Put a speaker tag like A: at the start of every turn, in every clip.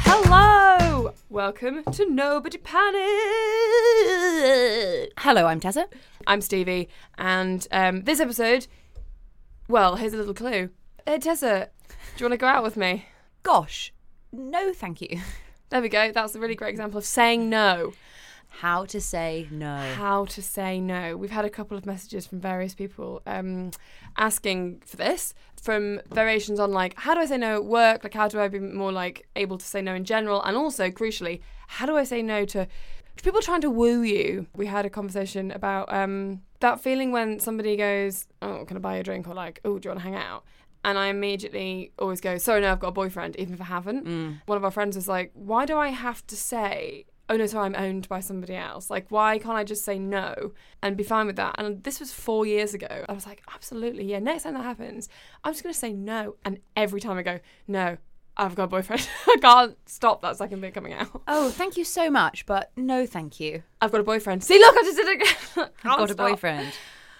A: Hello! Welcome to Nobody Panic!
B: Hello, I'm Tessa.
A: I'm Stevie, and um, this episode, well, here's a little clue. Hey, Tessa, do you want to go out with me?
B: Gosh, no, thank you.
A: There we go. That's a really great example of saying no.
B: How to say no?
A: How to say no. We've had a couple of messages from various people um, asking for this from variations on like how do I say no at work? Like how do I be more like able to say no in general? And also crucially, how do I say no to, to people trying to woo you? We had a conversation about um, that feeling when somebody goes, "Oh, can I buy you a drink?" or like, "Oh, do you want to hang out?" And I immediately always go, "Sorry, no, I've got a boyfriend," even if I haven't. One of our friends was like, "Why do I have to say?" Oh no, sorry, I'm owned by somebody else. Like, why can't I just say no and be fine with that? And this was four years ago. I was like, absolutely, yeah, next time that happens, I'm just going to say no. And every time I go, no, I've got a boyfriend, I can't stop that second bit coming out.
B: Oh, thank you so much, but no, thank you.
A: I've got a boyfriend. See, look, I just did it again. Can't
B: I've got a
A: stop.
B: boyfriend.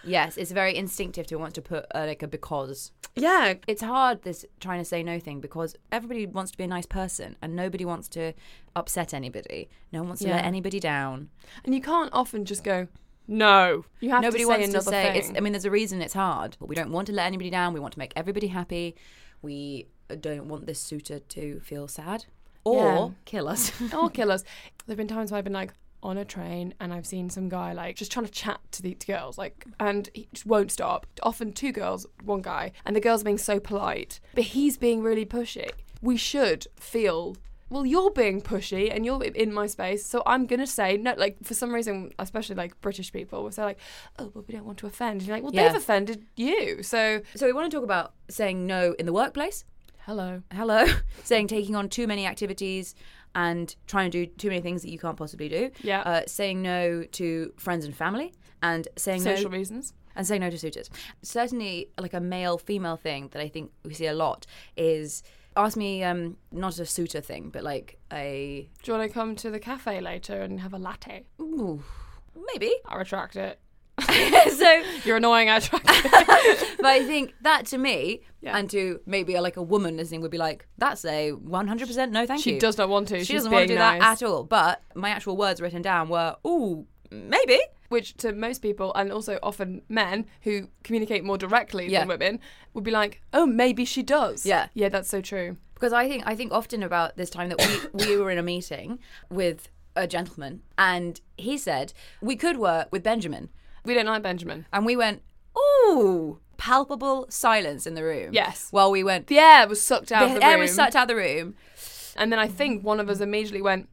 B: Yes, it's very instinctive to want to put uh, like a because.
A: Yeah.
B: It's hard this trying to say no thing because everybody wants to be a nice person and nobody wants to upset anybody. No one wants to let
A: Yeah.
B: anybody down.
A: And you can't often just go, no. You have to
B: nobody
A: say
B: wants to
A: another
B: say. It's,
A: thing.
B: I mean, there's a reason it's hard. But we don't want to let anybody down. We want to make everybody happy. We don't want this suitor to feel sad or
A: Yeah.
B: kill us.
A: all killers. There've been times where I've been like on a train and I've seen some guy like just trying to chat to the to girls like and he just won't stop. Often two girls, one guy, and the girls are being so polite, but he's being really pushy. We should feel well, you're being pushy and you're in my space, so I'm gonna say no. Like for some reason, especially like British people, will say like, "Oh, but we don't want to offend." And you're like, "Well,
B: Yeah.
A: they've offended you." So
B: so we want to talk about saying no in the workplace.
A: hello.
B: hello saying taking on too many activities and trying to do too many things that you can't possibly do
A: Yeah.
B: uh, saying no to friends and family and saying
A: Social
B: no
A: reasons.
B: and saying no to suitors certainly like a male female thing that i think we see a lot is ask me um not a suitor thing but like a
A: Do you want to come to the cafe later and have a latte?
B: ooh, maybe
A: I retract it.
B: so
A: You're annoying. I retract it.
B: but i think that to me
A: Yeah.
B: and to maybe uh, like a woman listening would be like that's a 100% no thank
A: She
B: you
A: does not want to.
B: she
A: She's
B: doesn't want to
A: being
B: do
A: nice.
B: that at all. But my actual words written down were, "Ooh, maybe."
A: Which to most people, and also often men who communicate more directly
B: Yeah.
A: than women, would be like, "Oh, maybe she does."
B: Yeah.
A: yeah, that's so true.
B: Because I think I think often about this time that we we were in a meeting with a gentleman, and he said we could work with Benjamin,
A: We don't like Benjamin.
B: and we went, "Ooh." Palpable silence in the room.
A: Yes.
B: While we went,
A: The air was sucked out. of the
B: air
A: room.
B: was sucked out of the room.
A: And then I think one of us immediately went,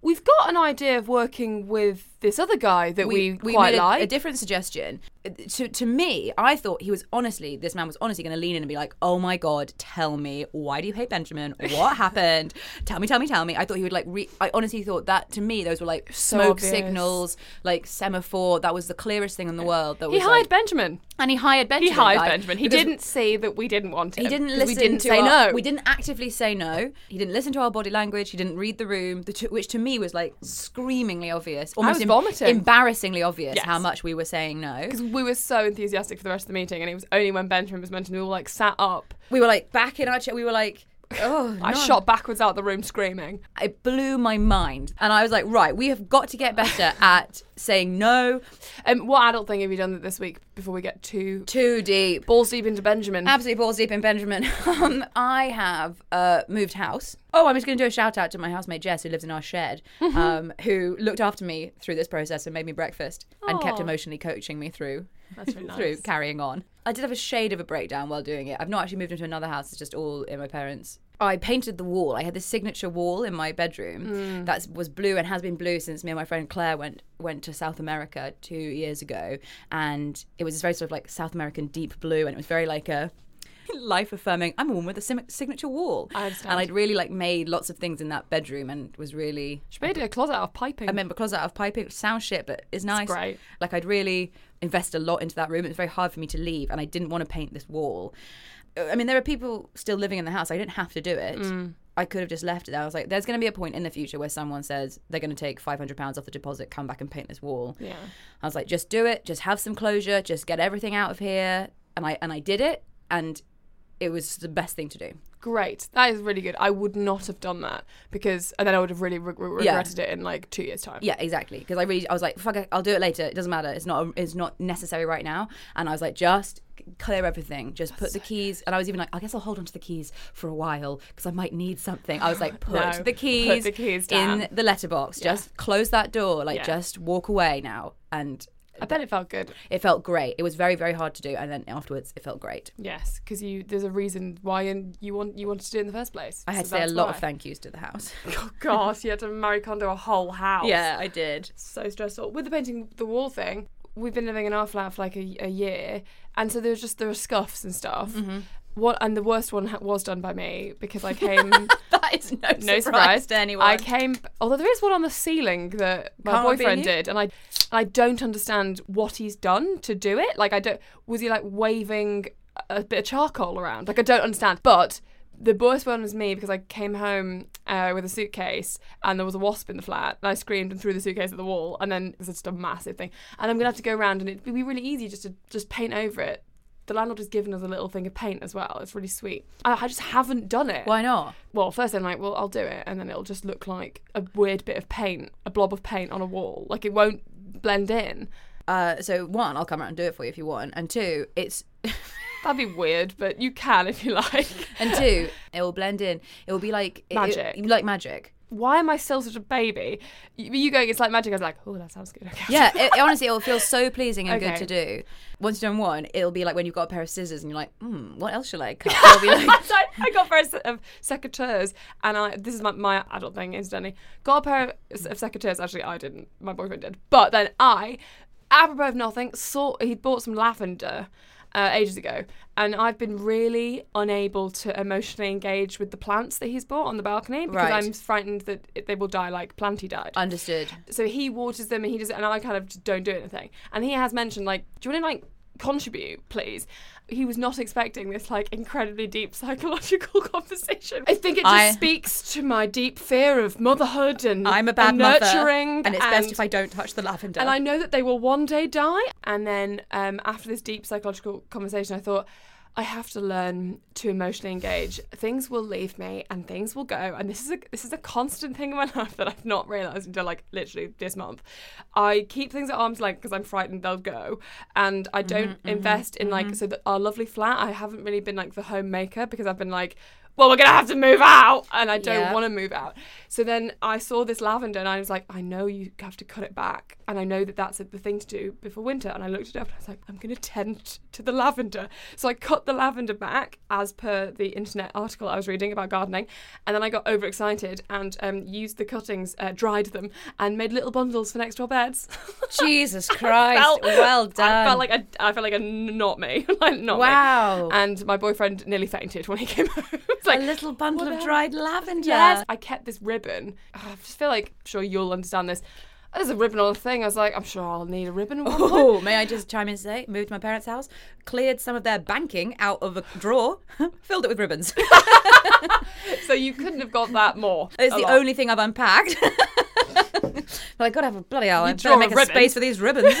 A: "We've got an idea of working with this other guy that we, quite
B: made a,
A: like."
B: a different suggestion. Uh, To to me, I thought he was honestly this man was honestly going to lean in and be like, "Oh my god, tell me why do you hate Benjamin? What happened? Tell me, tell me, tell me." I thought he would like. Re- I honestly thought that to me those were like smoke
A: obvious.
B: signals, like semaphore. That was the clearest thing in the world. That
A: he
B: was
A: hired
B: like,
A: Benjamin.
B: and he hired
A: He
B: Benjamin.
A: hired
B: like,
A: Benjamin. He
B: because
A: didn't see that we didn't want him.
B: He didn't
A: 'cause
B: listen.
A: We didn't
B: to
A: say
B: our-
A: no.
B: We didn't actively say no. He didn't listen to our body language. He didn't read the room, the t- which to me was like screamingly obvious, almost
A: was vomiting.
B: embarrassingly obvious
A: Yes.
B: how much we were saying no.
A: Because we were so enthusiastic for the rest of the meeting, and it was only when Benjamin was mentioned we all like sat up
B: We were like back in our chair. We were like, oh,
A: I
B: no.
A: shot backwards out the room screaming.
B: It blew my mind, and I was like, right, we have got to get better at saying no
A: Um, what adult thing have you done this week before we get too
B: too deep.
A: balls deep into Benjamin?
B: Absolutely balls deep in Benjamin. Um, I have uh, moved house. Oh, I'm just going to do a shout out to my housemate Jess, who lives in our shed, um, who looked after me through this process and made me breakfast and kept
A: Aw.
B: emotionally coaching me through
A: That's really nice.
B: through carrying on. I did have a shade of a breakdown while doing it. I've not actually moved into another house. It's just all in my parents' I painted the wall. I had this signature wall in my bedroom that was blue and has been blue since me and my friend Claire went went to South America two years ago, and it was this very sort of like South American deep blue, and it was very like a life affirming. I'm a woman with a sim- signature wall,
A: I understand.
B: and I'd really like made lots of things in that bedroom, and was really
A: She made a closet out of piping.
B: I remember closet out of piping, which sounds shit, but it's nice.
A: great.
B: Like I'd really invest a lot into that room. It was very hard for me to leave, and I didn't want to paint this wall. Uh, I mean, there are people still living in the house. I didn't have to do it.
A: Mm.
B: I could have just left it there. I was like, there's going to be a point in the future where someone says they're going to take £500 off the deposit, come back and paint this wall.
A: Yeah.
B: I was like, just do it. Just have some closure. Just get everything out of here. And I and I did it, and it was the best thing to do.
A: Great. That is really good. I would not have done that because, and then I would have really re- re-
B: Yeah.
A: regretted it in like two years' time.
B: Yeah, exactly. Because I really, I was like, fuck, it, I'll do it later. It doesn't matter. It's not, it's not necessary right now. And I was like, just clear everything. Just put the keys. And I was even like, I guess I'll hold on to the keys for a while because I might need something. I was like, put
A: No,
B: the
A: put
B: keys,
A: the keys down.
B: in the letterbox. Just close that door. Like,
A: Yeah.
B: just walk away now. And
A: I bet it felt good.
B: it felt great. It was very, very hard to do. And then afterwards, it felt great.
A: Yes, because you there's a reason why and you want you wanted to do it in the first place.
B: I had
A: So
B: to say a
A: that's
B: lot
A: why.
B: of thank yous to the house.
A: Oh God, you had to marry condo a whole house.
B: I did.
A: so stressful. With the painting the wall thing, we've been living in our flat for like a, a year, and so there was just there were scuffs and stuff. What and the worst one ha- was done by me because I came.
B: That is no,
A: No
B: surprise,
A: surprise
B: to anyone.
A: I came, although there is one on the ceiling that my
B: Can't I be
A: boyfriend
B: you?
A: did, and I, I don't understand what he's done to do it. Like I don't, was he like waving a bit of charcoal around? Like I don't understand. But the worst one was me because I came home uh, with a suitcase and there was a wasp in the flat, and I screamed and threw the suitcase at the wall, and then it's just a massive thing. And I'm gonna have to go around, and it'd be really easy just to just paint over it. The landlord has given us a little thing of paint as well. It's really sweet. I, I just haven't done it
B: Why not?
A: well, first I'm like, well, I'll do it, and then it'll just look like a weird bit of paint, a blob of paint on a wall. Like it won't blend in.
B: Uh, so one, I'll come out and do it for you if you want, and two, it's
A: That'd be weird, but you can if you like.
B: and two, it will blend in. It will be like it-
A: Magic.
B: it- like magic.
A: Why am I still such a baby? You, you going, it's like magic. I was like, oh, that sounds good. Okay.
B: Yeah, it, honestly, it will feel so pleasing and
A: Okay.
B: good to do. Once you've done one, it'll be like when you've got a pair of scissors and you're like, hmm, what else shall I cut? It'll be like,
A: So I got a pair of se- of secateurs, and I this is my, my adult thing, incidentally. Got a pair of, s- of secateurs. Actually, I didn't. My boyfriend did. But then I, apropos of nothing, saw he bought some lavender. Uh, ages ago, and I've been really unable to emotionally engage with the plants that he's bought on the balcony because
B: Right.
A: I'm frightened that it- they will die like Planty died
B: understood.
A: so he waters them and he does it and I kind of just don't do anything. And he has mentioned like, do you want to like contribute, please? He was not expecting this like incredibly deep psychological conversation. I think it just
B: I-
A: speaks to my deep fear of motherhood and
B: I'm a bad
A: and
B: mother,
A: nurturing
B: and it's best if I don't touch the lavender.
A: and I know that they will one day die. And then um, after this deep psychological conversation, I thought, I have to learn to emotionally engage. Things will leave me, and things will go. And this is a this is a constant thing in my life that I've not realized until like literally this month. I keep things at arm's length because I'm frightened they'll go, and I don't invest in like so that our lovely flat. I haven't really been like the homemaker because I've been like. Well, we're gonna have to move out, and I don't
B: Yeah.
A: want to move out. So then I saw this lavender and I was like, I know you have to cut it back. And I know that that's the thing to do before winter. And I looked it up and I was like, I'm going to tend to the lavender. So I cut the lavender back as per the internet article I was reading about gardening. And then I got overexcited and um, used the cuttings, uh, dried them, and made little bundles for next door beds.
B: Jesus Christ!
A: felt-
B: well done.
A: I felt like a, I felt like a n- not me, like not me.
B: Wow.
A: And my boyfriend nearly fainted when he came home. It's
B: a
A: like,
B: little bundle
A: what
B: of
A: the
B: dried lavender.
A: Yes, I kept this ribbon. Ugh, I just feel like I'm sure you'll understand this. There's a ribbon on a thing. I was like, I'm sure I'll need a ribbon. at one point.
B: Oh, may I just chime in and say, moved to my parents' house, cleared some of their banking out of a drawer, filled it with ribbons.
A: so you couldn't have got that more.
B: It's
A: A
B: the
A: lot.
B: only thing I've unpacked. but I gotta have a bloody hour. I
A: draw a
B: better make a,
A: ribbon.
B: space for these ribbons.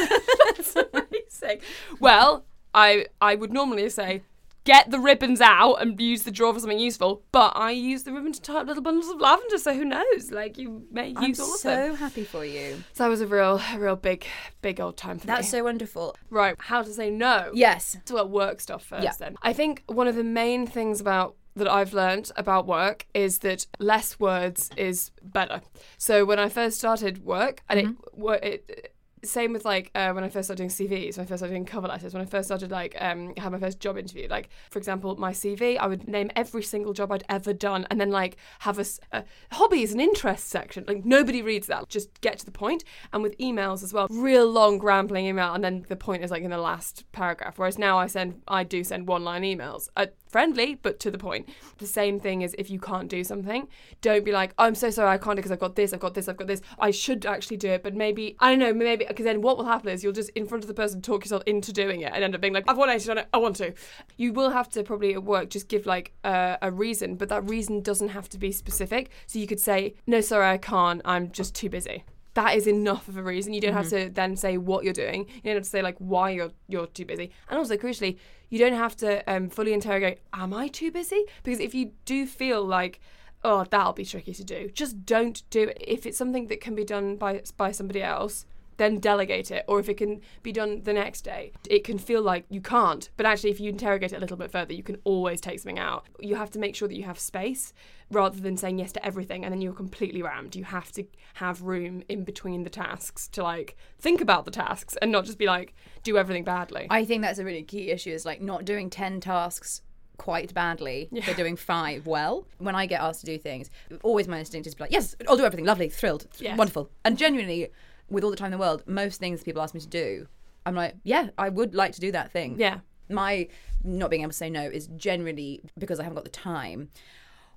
A: Amazing. Well, I I would normally say get the ribbons out and use the drawer for something useful, but I use the ribbon to tie up little bundles of lavender. So who knows? Like you may use
B: I'm
A: all of them.
B: so happy for you.
A: So that was a real, a real big, big old time for
B: That's
A: me.
B: so wonderful.
A: right. How to say no?
B: Yes.
A: to our work stuff first
B: Yeah.
A: then. I think one of the main things about that I've learned about work is that
B: Mm-hmm.
A: less words is better. So when I first started work and it, wo- it same with like uh, when I first started doing CVs, when I first started doing cover letters, when I first started like um, had my first job interview. Like for example, my CV, I would name every single job I'd ever done, and then like have a, s- a hobbies and interests section. Like nobody reads that. Just get to the point. And with emails as well, real long rambling email, and then the point is like in the last paragraph. Whereas now I send, I do send one line emails. Uh, friendly but to the point the same thing is if you can't do something don't be like i'm so sorry i can't because i've got this i've got this i've got this i should actually do it but maybe i don't know maybe because then what will happen is you'll just in front of the person talk yourself into doing it and end up being like i've wanted to i want to you will have to probably at work just give like a a reason but that reason doesn't have to be specific so you could say no sorry i can't i'm just too busy that is enough of a reason. You don't have to then say what you're doing. You don't have to say like why you're you're too busy. And also crucially, you don't have to um, fully interrogate. Am I too busy? Because if you do feel like oh that'll be tricky to do, just don't do it. If it's something that can be done by by somebody else, then delegate it. Or if it can be done the next day, it can feel like you can't. But actually, if you interrogate it a little bit further, you can always take something out. You have to make sure that you have space rather than saying yes to everything and then you're completely rammed. You have to have room in between the tasks to like think about the tasks and not just be like, do everything badly.
B: I think that's a really key issue is like not doing 10 tasks quite badly, but doing five well. When I get asked to do things, always my instinct is to be like, yes, I'll do everything. Lovely, thrilled, th-
A: Yes.
B: wonderful. And genuinely, with all the time in the world, most things people ask me to do, I'm like, yeah, I would like to do that thing.
A: Yeah.
B: My not being able to say no is generally because I haven't got the time.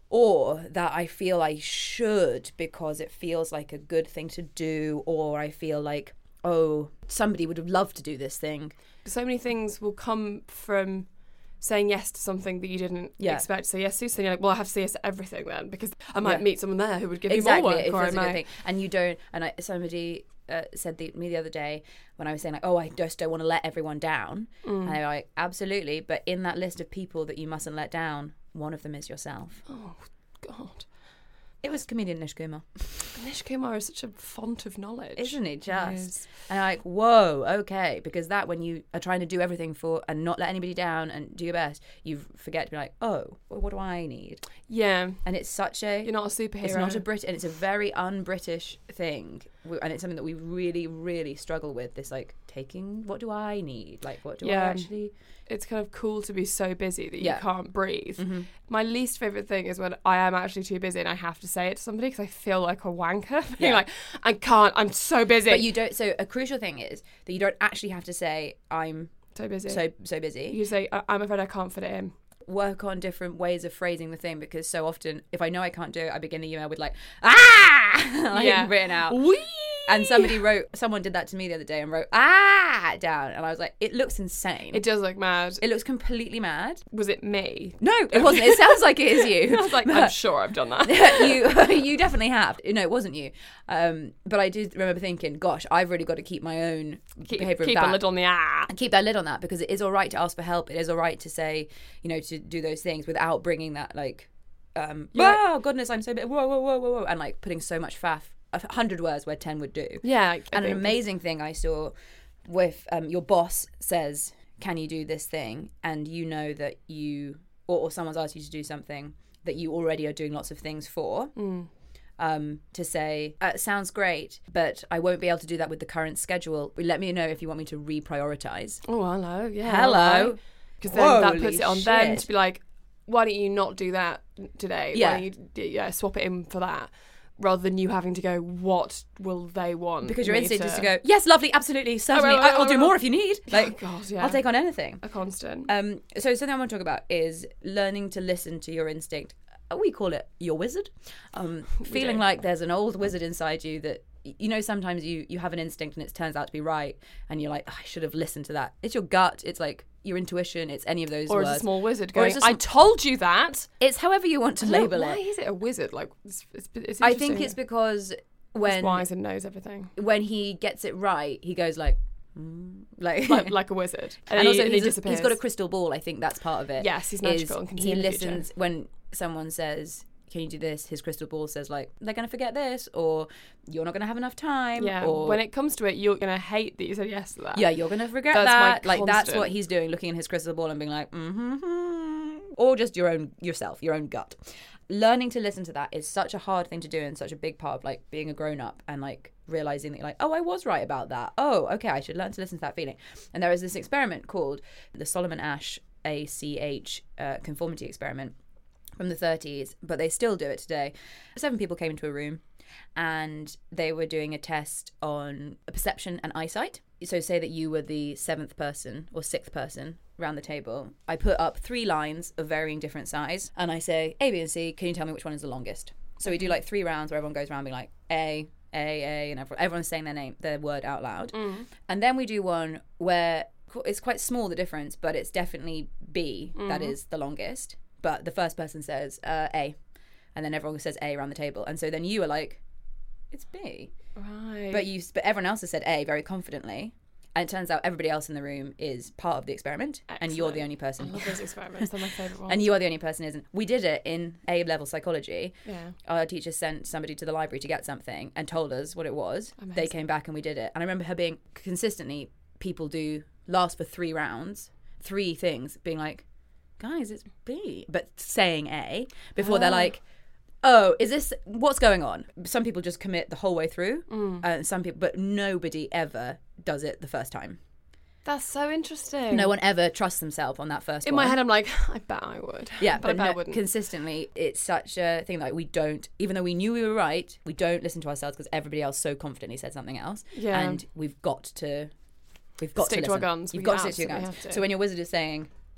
B: Or that I feel I should because it feels like a good thing to do, or I feel like, oh, somebody would have loved to do this thing.
A: so many things will come from saying yes to something that you didn't
B: Yeah.
A: expect to say yes to. So you're like, well, I have to say yes to everything then because I might
B: Yeah.
A: meet someone there who would give
B: exactly.
A: me more work.
B: it feels
A: or I
B: like a
A: might-
B: good thing. And you don't. And I, somebody uh, said the, me the other day when I was saying like, oh, I just don't want to let everyone down. And I'm like, absolutely. But in that list of people that you mustn't let down, one of them is yourself.
A: God,
B: It was comedian Nish Kumar,
A: Anish Kumar is such a font of knowledge.
B: isn't it? Just and I'm like, whoa, okay, because that when you are trying to do everything for and not let anybody down and do your best, you forget to be like, oh, well, what do I need?
A: Yeah,
B: And it's such a
A: you're not a superhero.
B: It's not a Brit, and it's a very un-British thing, We- and it's something that we really, really struggle with. This like taking, what do I need? Like, what do
A: Yeah.
B: I actually?
A: it's kind of cool to be so busy that you
B: Yeah. Mm-hmm.
A: can't breathe. My least favorite thing is when I am actually too busy and I have to say it to somebody because I feel like a wanker. Being
B: Yeah.
A: like, I can't. I'm so busy.
B: But you don't. So a crucial thing is that you don't actually have to say I'm
A: so busy.
B: so so busy.
A: you say, "I- I'm afraid I can't fit it in.
B: Work on different ways of phrasing the thing because so often, if I know I can't do it, I begin the email with like ah, like
A: Yeah.
B: written out.
A: Whee!
B: And somebody wrote, someone did that to me the other day and wrote ah down, and I was like, it looks insane.
A: It does look mad.
B: it looks completely mad.
A: was it me?
B: No, it wasn't. It sounds like it is you.
A: I was like, I'm sure I've done that.
B: you you definitely have. No, it wasn't you. Um, but I do remember thinking, gosh, I've really got to keep my own
A: keep
B: behavior
A: keep
B: of that.
A: a lid on the ah.
B: and keep that lid on that because it is all right to ask for help. It is all right to say, you know, to do those things without bringing that like, um, wow, goodness, I'm so bit, whoa, whoa, whoa, whoa, whoa, and like putting so much faff, a hundred words where ten would do.
A: Yeah, I
B: and an
A: think-
B: amazing thing I saw with um, your boss says, "Can you do this thing?" And you know that you, or, or someone's asked you to do something that you already are doing lots of things for.
A: Mm.
B: Um, to say uh, sounds great, but I won't be able to do that with the current schedule. Let me know if you want me to reprioritize.
A: Oh, hello. Yeah.
B: Hello.
A: Because then that
B: Holy
A: puts it on them
B: shit.
A: to be like, why don't you not do that today?
B: Yeah.
A: Why don't you d- yeah, swap it in for that rather than you having to go, what will they want?
B: Because your
A: me
B: instinct is to go, yes, lovely, absolutely, certainly.
A: right, right,
B: I- I'll
A: right,
B: do
A: right,
B: more
A: right."
B: if you need. Like,
A: oh, God, yeah.
B: I'll take on anything.
A: a constant.
B: Um, so something I want to talk about is learning to listen to your instinct. Uh, We call it your wizard. Um, feeling like there's an old wizard inside you that y- you know. Sometimes you you have an instinct and it turns out to be right, and you're like, "Oh, I should have listened to that. It's your gut. It's like your intuition. It's any of those
A: or
B: words.
A: as a small wizard
B: Or
A: going,
B: it's a
A: I
B: sm-
A: told you that.
B: it's however you want to label
A: Why
B: it.
A: is it a wizard? Like, it's, it's, it's
B: I think
A: interesting.
B: it's because when
A: wise and knows everything.
B: when he gets it right, he goes like, mm, like
A: Like, like a wizard. And,
B: and
A: he,
B: also
A: and he
B: he's, a,
A: disappears.
B: he's got a crystal ball. I think that's part of it.
A: Yes, he's
B: is
A: magical and can see
B: he
A: in the future.
B: listens when someone says, "Can you do this?" His crystal ball says, "Like they're going to forget this, or you're not going to have enough time,
A: Yeah.
B: or
A: When it comes to it, you're going to hate that you said yes to that.
B: yeah, you're going to regret
A: That's my
B: that." Like that's
A: constant.
B: what he's doing, looking in his crystal ball and being like, "Hmm," hmm," or just your own yourself, your own gut. Learning to listen to that is such a hard thing to do, and such a big part of like being a grown up and like realizing that you're like, oh, I was right about that. Oh, okay, I should learn to listen to that feeling. And there is this experiment called the Solomon Ash ACH uh, conformity experiment from the 30s, but they still do it today. Seven people came into a room and they were doing a test on perception and eyesight. So, say that you were the seventh person or sixth person round the table. I put up three lines of varying different size and I say, A, B, and C, can you tell me which one is the longest? So, we do like three rounds where everyone goes around being like, A, A, A, and everyone, everyone's saying their name, their word out loud. And then we do one where qu- it's quite small the difference, but it's definitely B that is the longest. But the first person says uh, A, and then everyone says A around the table, and so then you are like, it's B.
A: Right.
B: But you, but everyone else has said A very confidently, and it turns out everybody else in the room is part of the experiment, and you're the only person.
A: love those experiments. They're my favourite ones.
B: And you are the only person who isn't. We did it in A level psychology.
A: Yeah.
B: Our teacher sent somebody to the library to get something and told us what it was. They came back and we did it. And I remember her being consistently, people do last for three rounds, three things, being like, guys, it's B, but saying A before
A: Ah.
B: they're like, oh, is this what's going on? Some people just commit the whole way through,
A: Mm.
B: and some people, but nobody ever does it the first time.
A: That's so interesting.
B: No one ever trusts themselves on that first
A: In
B: one.
A: my head, I'm like, I bet I would.
B: Yeah,
A: but, I bet I
B: no,
A: wouldn't.
B: consistently, it's such a thing like we don't, even though we knew we were right, we don't listen to ourselves because everybody else so confidently said something else.
A: Yeah.
B: and we've got to, we've got
A: Stick
B: to,
A: to our
B: listen.
A: guns.
B: You've
A: We
B: got to stick to your
A: absolutely
B: guns.
A: have to.
B: So when your wizard is saying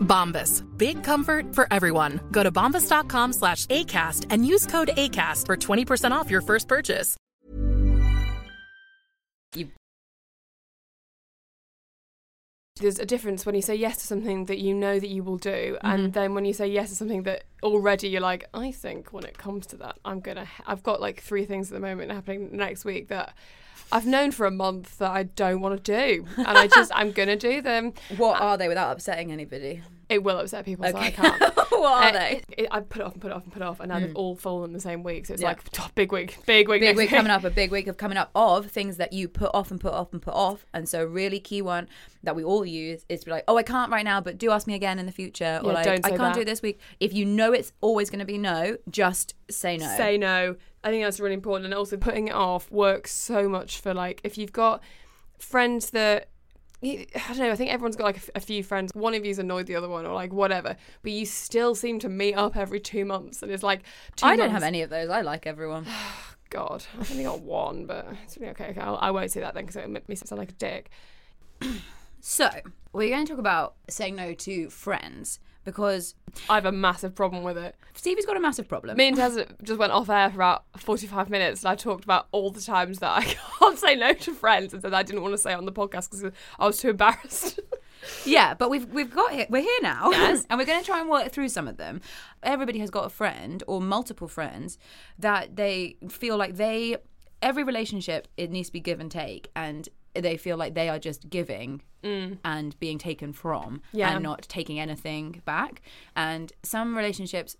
C: Bombas. Big comfort for everyone. Go to bombas.com slash ACAST and use code ACAST for 20% off your first purchase.
A: There's a difference when you say yes to something that you know that you will do,
B: Mm-hmm.
A: and then when you say yes to something that already you're like, I think when it comes to that, I'm gonna. ha- I've got like three things at the moment happening next week that I've known for a month that I don't want to do, and I just I'm gonna do them.
B: what are they without upsetting anybody?
A: It will upset people, so I
B: Okay.
A: can't.
B: what are
A: Uh,
B: they? Mm.
A: it- it- I put it off and put it off and put it off, and now they've all fallen the same week. So it's
B: Yeah.
A: like "Oh, big week, big week,
B: Big
A: next
B: week coming up, a big week of coming up of things that you put off and put off and put off. And so, a really key one that we all use is to be like, oh, I can't right now, but do ask me again in the future. Or
A: Yeah,
B: like,
A: don't
B: I
A: say
B: can't do
A: that.
B: this week. If you know it's always going to be no, just say no.
A: Say no. I think that's really important. And also, putting it off works so much for like if you've got friends that. I don't know. I think everyone's got like a, f- a few friends. One of you's annoyed the other one, or like whatever. But you still seem to meet up every two months, and it's like two
B: I don't
A: months-
B: have any of those. I like everyone.
A: God, I've only got one, but it's really okay. okay I'll, I won't say that then because it makes me sound like a dick.
B: So, we're going to talk about saying no to friends because
A: I have a massive problem with it.
B: Stevie's got a massive problem.
A: Me and Tess just went off air for about 45 minutes and I talked about all the times that I can't say no to friends and that I didn't want to say on the podcast because I was too embarrassed.
B: Yeah, but we've we've got here, we're here now, and we're going to try and work through some of them. Everybody has got a friend or multiple friends that they feel like they every relationship it needs to be give and take, and they feel like they are just giving and being taken from,
A: Mm. Yeah.
B: and not taking anything back. And some relationships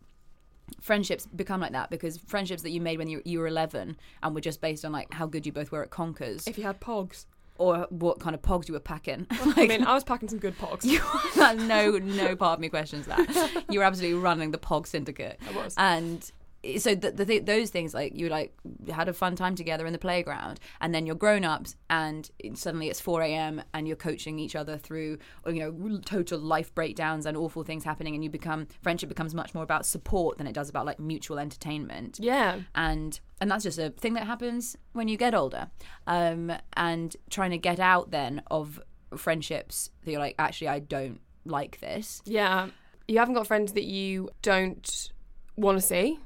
B: friendships become like that because friendships that you made when you, you were 11 and were just based on like how good you both were at conkers
A: if you had pogs.
B: or what kind of pogs you were packing
A: I mean, I was packing some good pogs.
B: you that no no part of me questions that you were absolutely running the pog syndicate i
A: was.
B: and so the, the th- those things like you like had a fun time together in the playground and then you're grown-ups and suddenly it's 4 a.m and you're coaching each other through you know total life breakdowns and awful things happening and you become friendship becomes much more about support than it does about like mutual entertainment
A: yeah.
B: and and that's just a thing that happens when you get older um and trying to get out then of friendships that you're like actually i don't like this
A: Yeah. You haven't got friends that you don't want to see.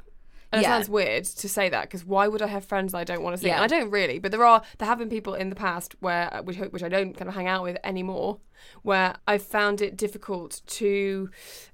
A: And
B: Yeah.
A: it sounds weird to say that because why would I have friends that I don't want to see?
B: Yeah.
A: And I don't really, but there are there have been people in the past where which which I don't kind of hang out with anymore, where I've found it difficult to.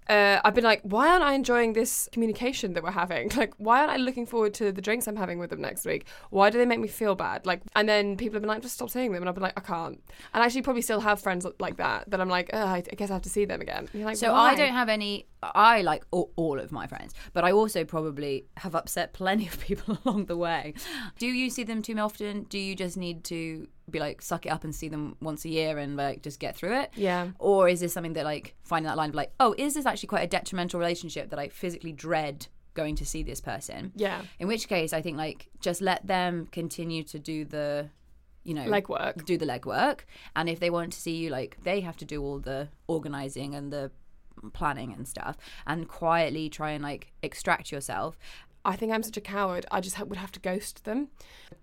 A: Uh, I've been like, why aren't I enjoying this communication that we're having? Like, why aren't I looking forward to the drinks I'm having with them next week? Why do they make me feel bad? Like, and then people have been like, just stop seeing them, and I've been like, I can't. And I actually probably still have friends like that that I'm like, "Ugh, I I guess I have to see them again. And you're like,
B: So
A: why?
B: I don't have any. I like all, all of my friends, but I also probably have upset plenty of people along the way. Do you see them too often? Do you just need to be like suck it up and see them once a year and like just get through it?
A: Yeah.
B: Or is this something that like finding that line of like, oh, is this actually quite a detrimental relationship that I physically dread going to see this person?
A: Yeah.
B: In which case, I think like just let them continue to do the, you know,
A: Legwork.
B: do the legwork, and if they want to see you, like they have to do all the organizing and the planning and stuff, and quietly try and like extract yourself.
A: I think I'm such a coward. I just ha- would have to ghost them.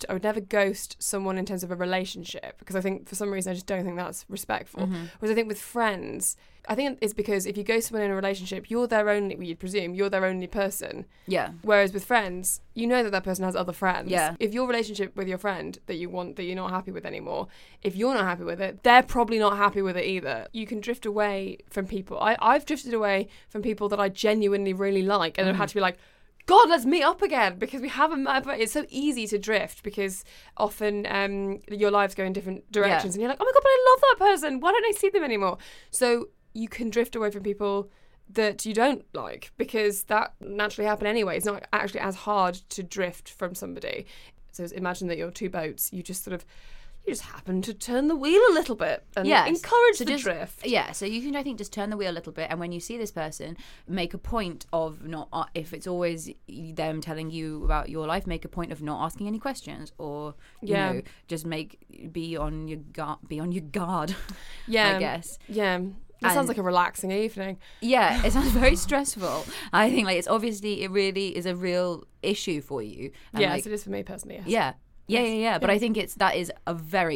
A: I would never ghost someone in terms of a relationship because I think for some reason I just don't think that's respectful. Whereas I think with friends, I think it's because if you ghost someone in a relationship, you're their only. Well, you'd presume you're their only person.
B: Yeah.
A: Whereas with friends, you know that that person has other friends.
B: Yeah.
A: If your relationship with your friend that you want that you're not happy with anymore, if you're not happy with it, they're probably not happy with it either. You can drift away from people. I, I've drifted away from people that I genuinely really like and I've had to be like, God, let's meet up again because we haven't met. But it's so easy to drift because often um, your lives go in different directions, and you're like, oh my God, but I love that person. Why don't I see them anymore? So you can drift away from people that you don't like because that naturally happen anyway. It's not actually as hard to drift from somebody. So just imagine that you're two boats. You just sort of, you just happen to turn the wheel a little bit and
B: Yes.
A: encourage
B: So
A: the
B: just-
A: drift.
B: Yeah, so you can I think just turn the wheel a little bit, and when you see this person, make a point of not uh, if it's always them telling you about your life, make a point of not asking any questions, or you
A: Yeah.
B: know just make be on your guard, be on your guard.
A: Yeah,
B: I guess.
A: Yeah, that
B: And-
A: sounds like a relaxing evening.
B: Yeah, it sounds very stressful. I think like it's obviously it really is a real issue for you. And,
A: yes,
B: like,
A: it is for me personally. Yes.
B: yeah. Yeah, yeah, yeah. But I think it's that is a very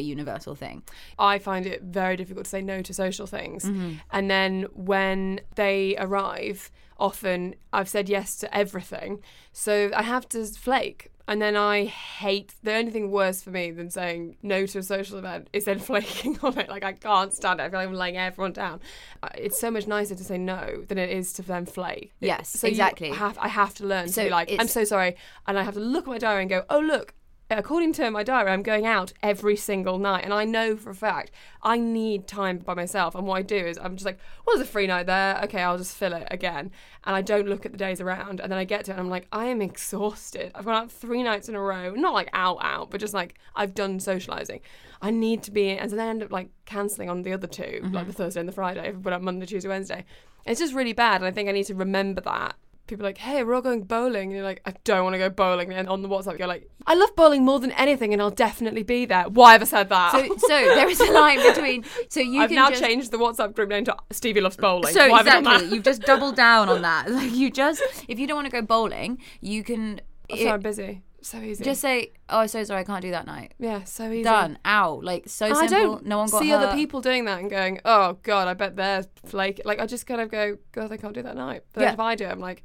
B: universal thing.
A: I find it very difficult to say no to social things.
B: Mm-hmm.
A: And then when they arrive, often I've said yes to everything. So I have to flake. And then I hate the only thing worse for me than saying no to a social event is then flaking on it. Like I can't stand it. I feel like I'm laying everyone down. Uh, It's so much nicer to say no than it is to then flake. It-
B: Yes,
A: so you
B: exactly.
A: have- I have to learn
B: So
A: to be like, I'm
B: it's-
A: so sorry, and I have to look at my diary and go, oh look, according to my diary, I'm going out every single night, and I know for a fact I need time by myself. And what I do is I'm just like, well, there's a free night there, okay, I'll just fill it again, and I don't look at the days around, and then I get to it, and I'm like, I am exhausted. I've gone out three nights in a row, not like out out, but just like I've done socializing. I need to be, and so then I end up like cancelling on the other 2
B: Mm-hmm.
A: like the Thursday and the Friday, but on Monday, Tuesday, Wednesday. It's just really bad, and I think I need to remember that people are like, hey, we're all going bowling. And you're like, I don't want to go bowling. And on the WhatsApp, you're like, I love bowling more than anything and I'll definitely be there. Why have I said that?
B: So, so there is a line between. So you
A: I've
B: can
A: now
B: just,
A: changed the WhatsApp group name to Stevie Loves Bowling.
B: So
A: Why have I done
B: exactly,
A: that?
B: you've just doubled down on that. Like you just, if you don't want to go bowling, you can
A: Oh,
B: it-
A: sorry, I'm busy. So easy.
B: just say, "Oh, so sorry, I can't do that night."
A: yeah, so easy.
B: Done. Ow. Like so
A: And
B: simple.
A: I don't
B: no one got
A: see other
B: hurt.
A: people doing that and going, oh God, I bet they're flake. Like I just kind of go, God, they can't do that night. But
B: Yeah.
A: then if I do, I'm like,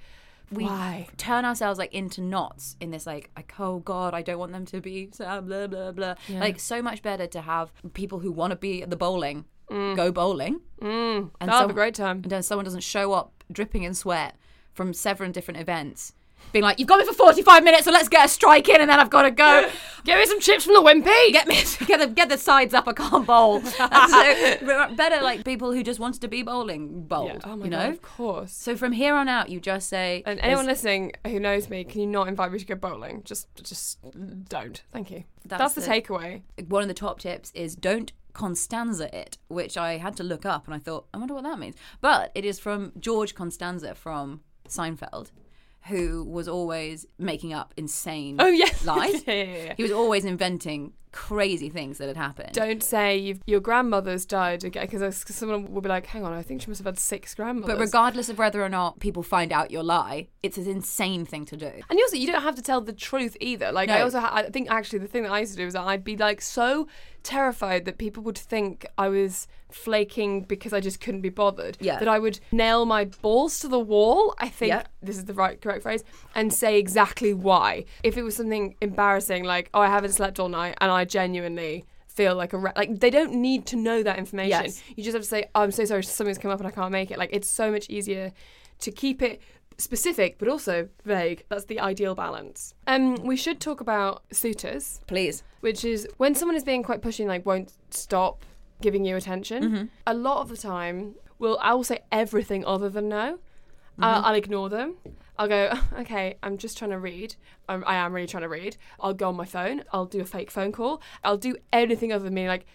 A: why?
B: turn ourselves like into knots in this like like oh god i don't want them to be so blah blah blah like so much better to have people who want to be at the bowling go bowling and
A: I'll Mm. have
B: some-
A: a great time.
B: and then someone doesn't show up dripping in sweat from several different events being like you've got me for 45 minutes so let's get a strike in and then i've got to go
A: Give me some chips from the Wimpy.
B: get me get the, get the sides up i can't bowl And so, better like people who just wanted to be bowling bowl
A: Yeah. Oh my
B: you know
A: God, of course.
B: so from here on out you just say
A: And anyone listening who knows me, can you not invite me to go bowling? Just, just don't. Thank you.
B: That's
A: That's, the,
B: it.
A: takeaway.
B: one of the top tips is don't Constanza it, which I had to look up and I thought, I wonder what that means. But it is from George Constanza from Seinfeld, who was always making up insane
A: Oh, yeah.
B: lies.
A: Yeah, yeah, yeah.
B: He was always inventing crazy things that had happened.
A: Don't say you've, your grandmother's died again, because someone will be like, hang on, I think she must have had six grandmothers.
B: but regardless of whether or not people find out your lie, it's an insane thing to do.
A: And you also, you don't have to tell the truth either. Like, I
B: No.
A: also, ha- I think actually the thing that I used to do was that I'd be like so terrified that people would think I was flaking because I just couldn't be bothered.
B: Yeah.
A: That I would nail my balls to the wall. I think
B: Yep.
A: this is the right correct phrase, and say exactly why. If it was something embarrassing, like oh I haven't slept all night, and I genuinely feel like a ra- like they don't need to know that information.
B: Yes.
A: You just have to say, oh, I'm so sorry, something's come up and I can't make it. Like it's so much easier to keep it specific but also vague. That's the ideal balance. Um, we should talk about suitors,
B: Please.
A: which is when someone is being quite pushy and like won't stop giving you attention. A lot of the time, will I will say everything other than no. I'll, I'll ignore them. I'll go, okay, I'm just trying to read. I'm, I am really trying to read. I'll go on my phone. I'll do a fake phone call. I'll do anything other than me, like,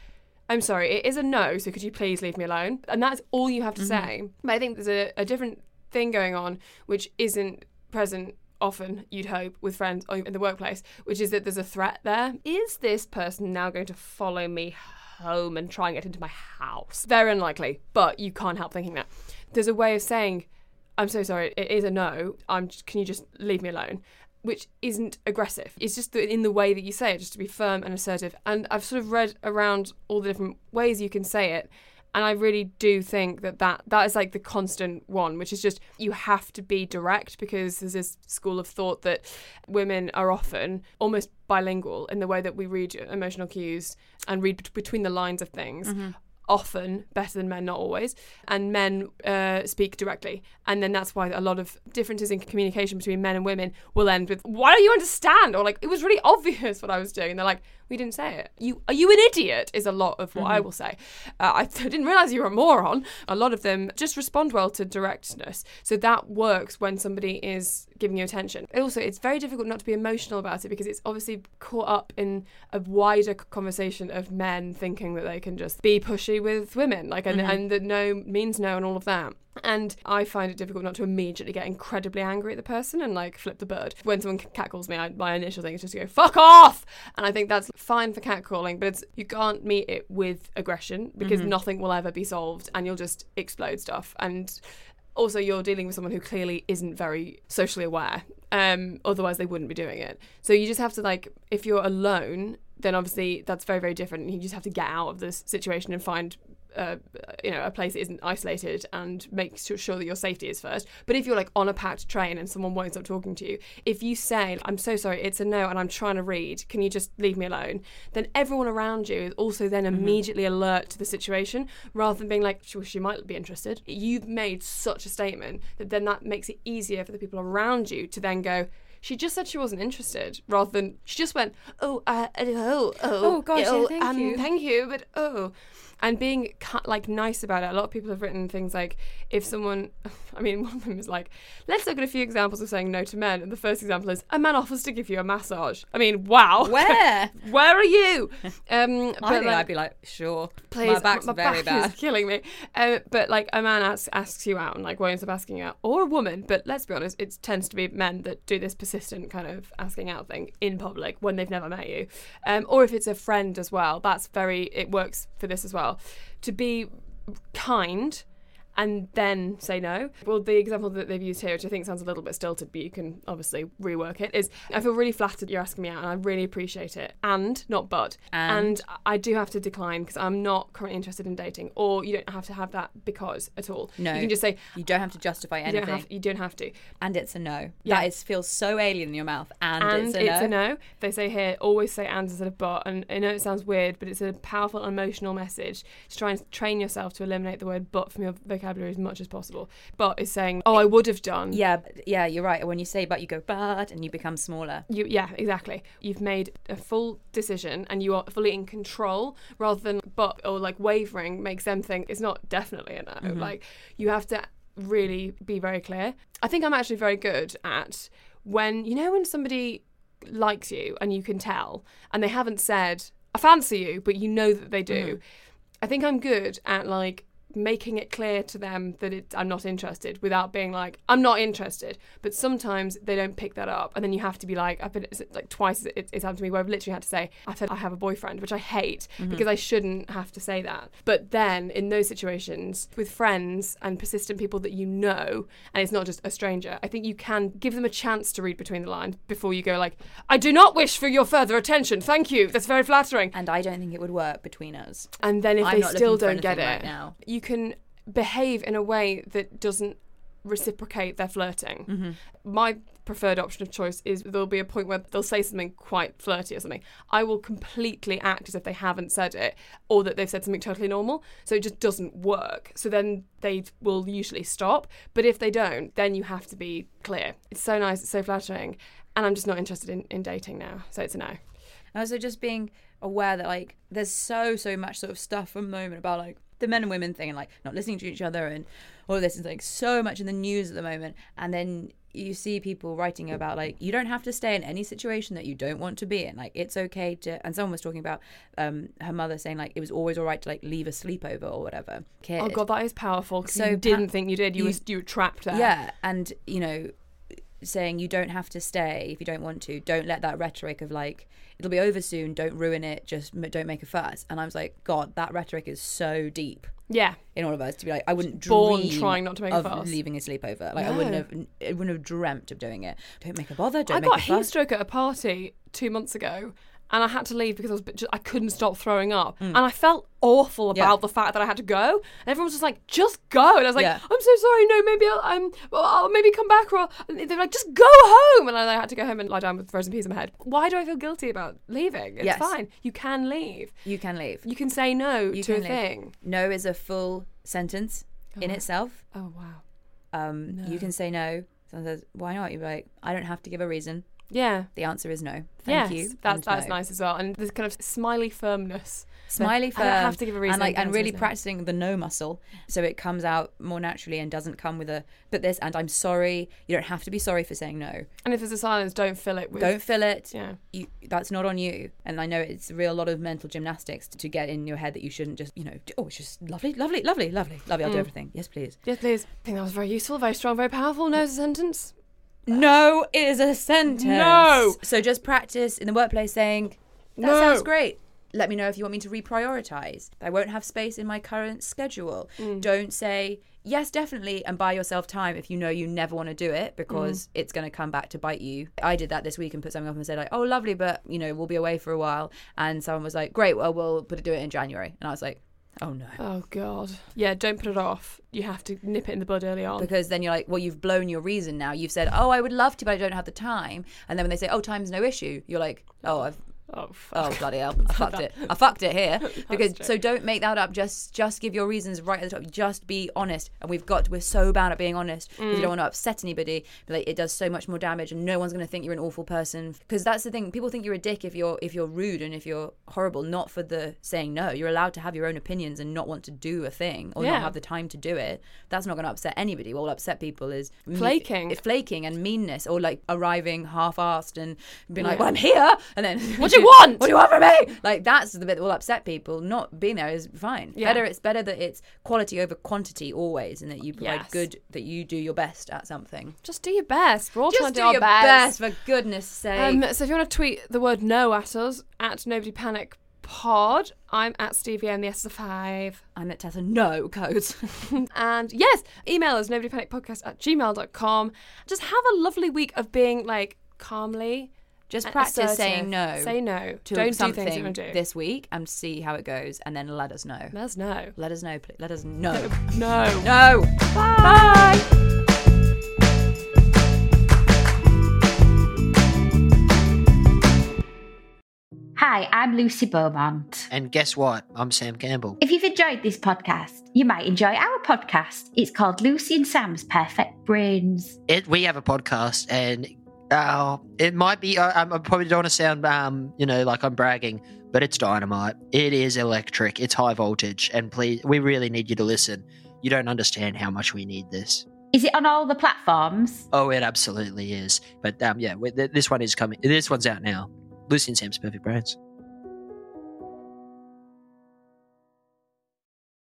A: I'm sorry, it is a no, so could you please leave me alone? And that's all you have to say. But I think there's a, a different thing going on, which isn't present often, you'd hope, with friends or in the workplace, which is that there's a threat there. Is this person now going to follow me home and try and get into my house? Very unlikely, but you can't help thinking that. There's a way of saying, I'm so sorry, it is a no. I'm just, can you just leave me alone? Which isn't aggressive. It's just that in the way that you say it, just to be firm and assertive. And I've sort of read around all the different ways you can say it. And I really do think that, that that is like the constant one, which is just you have to be direct because there's this school of thought that women are often almost bilingual in the way that we read emotional cues and read bet- between the lines of things often better than men, not always, and men uh, speak directly. And then that's why a lot of differences in communication between men and women will end with, why don't you understand? Or like, it was really obvious what I was doing. And they're like, we didn't say it. You Are you an idiot? Is a lot of what I will say. Uh, I didn't realize you were a moron. A lot of them just respond well to directness. So that works when somebody is giving you attention. Also, it's very difficult not to be emotional about it because it's obviously caught up in a wider c- conversation of men thinking that they can just be pushy with women, like, and, and that no means no and all of that. And I find it difficult not to immediately get incredibly angry at the person and like flip the bird. When someone c- catcalls me, I, my initial thing is just to go, fuck off! And I think that's fine for catcalling, but it's you can't meet it with aggression because nothing will ever be solved and you'll just explode stuff. And also you're dealing with someone who clearly isn't very socially aware um otherwise they wouldn't be doing it so you just have to like if you're alone then obviously that's very very different you just have to get out of this situation and find uh, you know a place that isn't isolated and make su- sure that your safety is first but if you're like on a packed train and someone won't stop talking to you if you say i'm so sorry it's a no and i'm trying to read can you just leave me alone then everyone around you is also then immediately alert to the situation rather than being like well, she might be interested you've made such a statement that then that makes it easier for the people around you to then go she just said she wasn't interested, rather than she just went, oh, uh, uh, oh, oh,
B: Oh, gosh, yeah,
A: oh,
B: thank
A: um,
B: you."
A: thank you, but oh, and being ki- like nice about it. A lot of people have written things like, if someone, I mean, one of them is like, let's look at a few examples of saying no to men, and the first example is a man offers to give you a massage. I mean, wow,
B: Where?
A: where are you? Um,
B: I think I'd be like, sure.
A: please,
B: my back's
A: my
B: very
A: back
B: bad.
A: is killing me. Uh, but like a man asks, asks you out and like won't stop asking you out, or a woman. But let's be honest, it tends to be men that do this persistent kind of asking out thing in public when they've never met you, um, or if it's a friend as well. That's very it works for this as well. To be kind. And then say no. Well, the example that they've used here, which I think sounds a little bit stilted, but you can obviously rework it, is I feel really flattered you're asking me out and I really appreciate it. And, not but.
B: And.
A: And I do have to decline because I'm not currently interested in dating. Or you don't have to have that because at all.
B: No.
A: You can just say
B: You don't have to justify
A: you
B: anything.
A: don't, have, you don't have to.
B: and it's a no.
A: Yeah.
B: That is feels so alien in your mouth. And,
A: And
B: it's a no.
A: They say here, always say and instead of but. And I know it sounds weird, but it's a powerful emotional message to try and train yourself to eliminate the word but from your vocabulary as much as possible. But is saying, oh, I would have done.
B: Yeah, but- yeah, you're right. When you say but, you go but, and you become smaller.
A: You, yeah, exactly. You've made a full decision and you are fully in control rather than but or like wavering makes them think it's not definitely a
B: Mm-hmm.
A: no. Like you have to really be very clear. I think I'm actually very good at when you know when somebody likes you and you can tell and they haven't said I fancy you, but you know that they do. I think I'm good at like making it clear to them that it, I'm not interested without being like, I'm not interested. But sometimes they don't pick that up. And then you have to be like, I've been, it's like twice it, it's happened to me where I've literally had to say, I've said I have a boyfriend, which I hate because I shouldn't have to say that. But then in those situations with friends and persistent people that you know, and it's not just a stranger, I think you can give them a chance to read between the lines before you go like, I do not wish for your further attention. Thank you. That's very flattering.
B: And I don't think it would work between us.
A: And then if
B: I'm
A: they
B: not
A: still
B: looking
A: don't
B: for
A: get it,
B: anything right now.
A: you can behave in a way that doesn't reciprocate their flirting.
B: Mm-hmm.
A: My preferred option of choice is there'll be a point where they'll say something quite flirty or something. I will completely act as if they haven't said it or that they've said something totally normal. So it just doesn't work. So then they will usually stop. But if they don't, then you have to be clear. It's so nice, it's so flattering. And I'm just not interested in, in dating now. So it's a no.
B: And also just being aware that like there's so so much sort of stuff from the moment about like the men and women thing and like not listening to each other and all of this is like so much in the news at the moment. And then you see people writing about like you don't have to stay in any situation that you don't want to be in. Like it's okay to. And someone was talking about um her mother saying like it was always all right to like leave a sleepover or whatever.
A: Oh
B: Kid.
A: god, that is powerful. 'cause
B: So
A: you
B: pa-
A: didn't think you did. You,
B: you-
A: were, you were trapped there.
B: Yeah, and you know, saying you don't have to stay if you don't want to. Don't let that rhetoric of like it'll be over soon. Don't ruin it. Just m- don't make a fuss. And I was like, God, that rhetoric is so deep
A: Yeah.
B: in all of us to be like, I wouldn't
A: Born
B: dream
A: trying not to make a
B: of
A: fuss.
B: leaving a sleepover. Like I wouldn't
A: No.
B: have, I wouldn't have dreamt of doing it. Don't make a bother. Don't
A: I
B: make
A: got
B: a
A: heat
B: fuss.
A: stroke at a party two months ago, and I had to leave because I was just, I couldn't stop throwing up, and I felt awful
B: Mm. Yeah.
A: about the fact that I had to go. And everyone was just like, "Just go," and I was like,
B: Yeah.
A: "I'm so sorry. No, maybe I'll, um, well, I'll maybe come back." Or I'll, and they're like, "Just go home," and I, I had to go home and lie down with frozen peas in my head. Why do I feel guilty about leaving? It's
B: Yes.
A: fine. You can leave.
B: you can leave.
A: You can say no
B: You
A: to a
B: can leave.
A: thing.
B: No is a full sentence in itself.
A: Oh wow.
B: Um, you can say no. Someone says, "Why not?" You're like, "I don't have to give a reason."
A: Yeah.
B: The answer is no.
A: yes,
B: Thank you.
A: That's
B: and
A: that's
B: no.
A: nice as well, and this kind of smiley firmness.
B: smiley
A: I
B: firm.
A: don't have to give a reason.
B: and like and
A: Dan's
B: really
A: listening.
B: practicing the no muscle so it comes out more naturally and doesn't come with a but this and I'm sorry. You don't have to be sorry for saying no.
A: And if there's a silence, don't fill it with.
B: Don't feel it.
A: Yeah.
B: You, that's not on you. And I know it's a real lot of mental gymnastics to get in your head that you shouldn't just you know do, oh it's just lovely lovely lovely lovely lovely I'll
A: Mm.
B: do everything yes please.
A: Yes, please. I think that was very useful, very strong, very powerful. No sentence.
B: No is a sentence.
A: No.
B: So just practice in the workplace saying, that
A: No.
B: sounds great. Let me know if you want me to reprioritize. I won't have space in my current schedule.
A: Mm.
B: Don't say, yes, definitely, and buy yourself time if you know you never want to do it
A: Mm.
B: because it's going to come back to bite you. I did that this week and put something up and said, like, oh, lovely, but, you know, we'll be away for a while. And someone was like, great, well, we'll put it, do it in January. And I was like, oh, no.
A: Oh God. Yeah, don't put it off. You have to nip it in the bud early on.
B: because then you're like, well, you've blown your reason now. You've said, oh, I would love to, but I don't have the time. And then when they say, oh, time's no issue, you're like, oh, I've.
A: oh, fuck.
B: Oh bloody hell! I fucked it. I fucked it here because so don't make that up. Just just give your reasons right at the top. Just be honest. And we've got we're so bad at being honest. 'cause
A: Mm.
B: We don't want to upset anybody. But like, it does so much more damage, and no one's gonna think you're an awful person. Because that's the thing. People think you're a dick if you're if you're rude and if you're horrible. Not for the saying no. You're allowed to have your own opinions and not want to do a thing or
A: Yeah.
B: not have the time to do it. That's not gonna upset anybody. What will upset people is me- eh,
A: Flaking.
B: flaking and meanness, or like arriving half-assed and being like, "Well, I'm here," and then
A: What do you want?
B: What do you want from me? Like that's the bit that will upset people. Not being there is fine.
A: Yeah.
B: Better it's better that it's quality over quantity always, and that you provide
A: Yes.
B: good, that you do your best at something.
A: Just do your best. We're all trying
B: Just
A: to do,
B: do
A: our
B: your best. for goodness' sake.
A: Um, so if you want to tweet the word no at us at Nobody Panic Pod, I'm at Stevie and the S is a five.
B: I'm at Tessa. No codes.
A: And yes, email us nobodypanicpodcast at gmail.com. Just have a lovely week of being like calmly.
B: Just
A: and
B: practice
A: assertive.
B: saying no.
A: Say no.
B: to
A: Don't do
B: something
A: things you don't do.
B: this week and see how it goes, and then let us know.
A: Let us know.
B: Let us know, please. Let us know.
A: No.
B: No. Bye.
D: Hi, I'm Lucy Beaumont.
E: And guess what? I'm Sam Campbell.
D: If you've enjoyed this podcast, you might enjoy our podcast. It's called Lucy and Sam's Perfect Brains.
E: It, we have a podcast, and uh, it might be. I, I'm- I probably don't want to sound, um, you know, like I'm bragging, but it's dynamite. It is electric. It's high voltage, and please, we really need you to listen. You don't understand how much we need this.
D: Is it on all the platforms?
E: Oh, it absolutely is. But um, yeah, we, th- this one is coming. This one's out now. Lucy and Sam's Perfect Brains.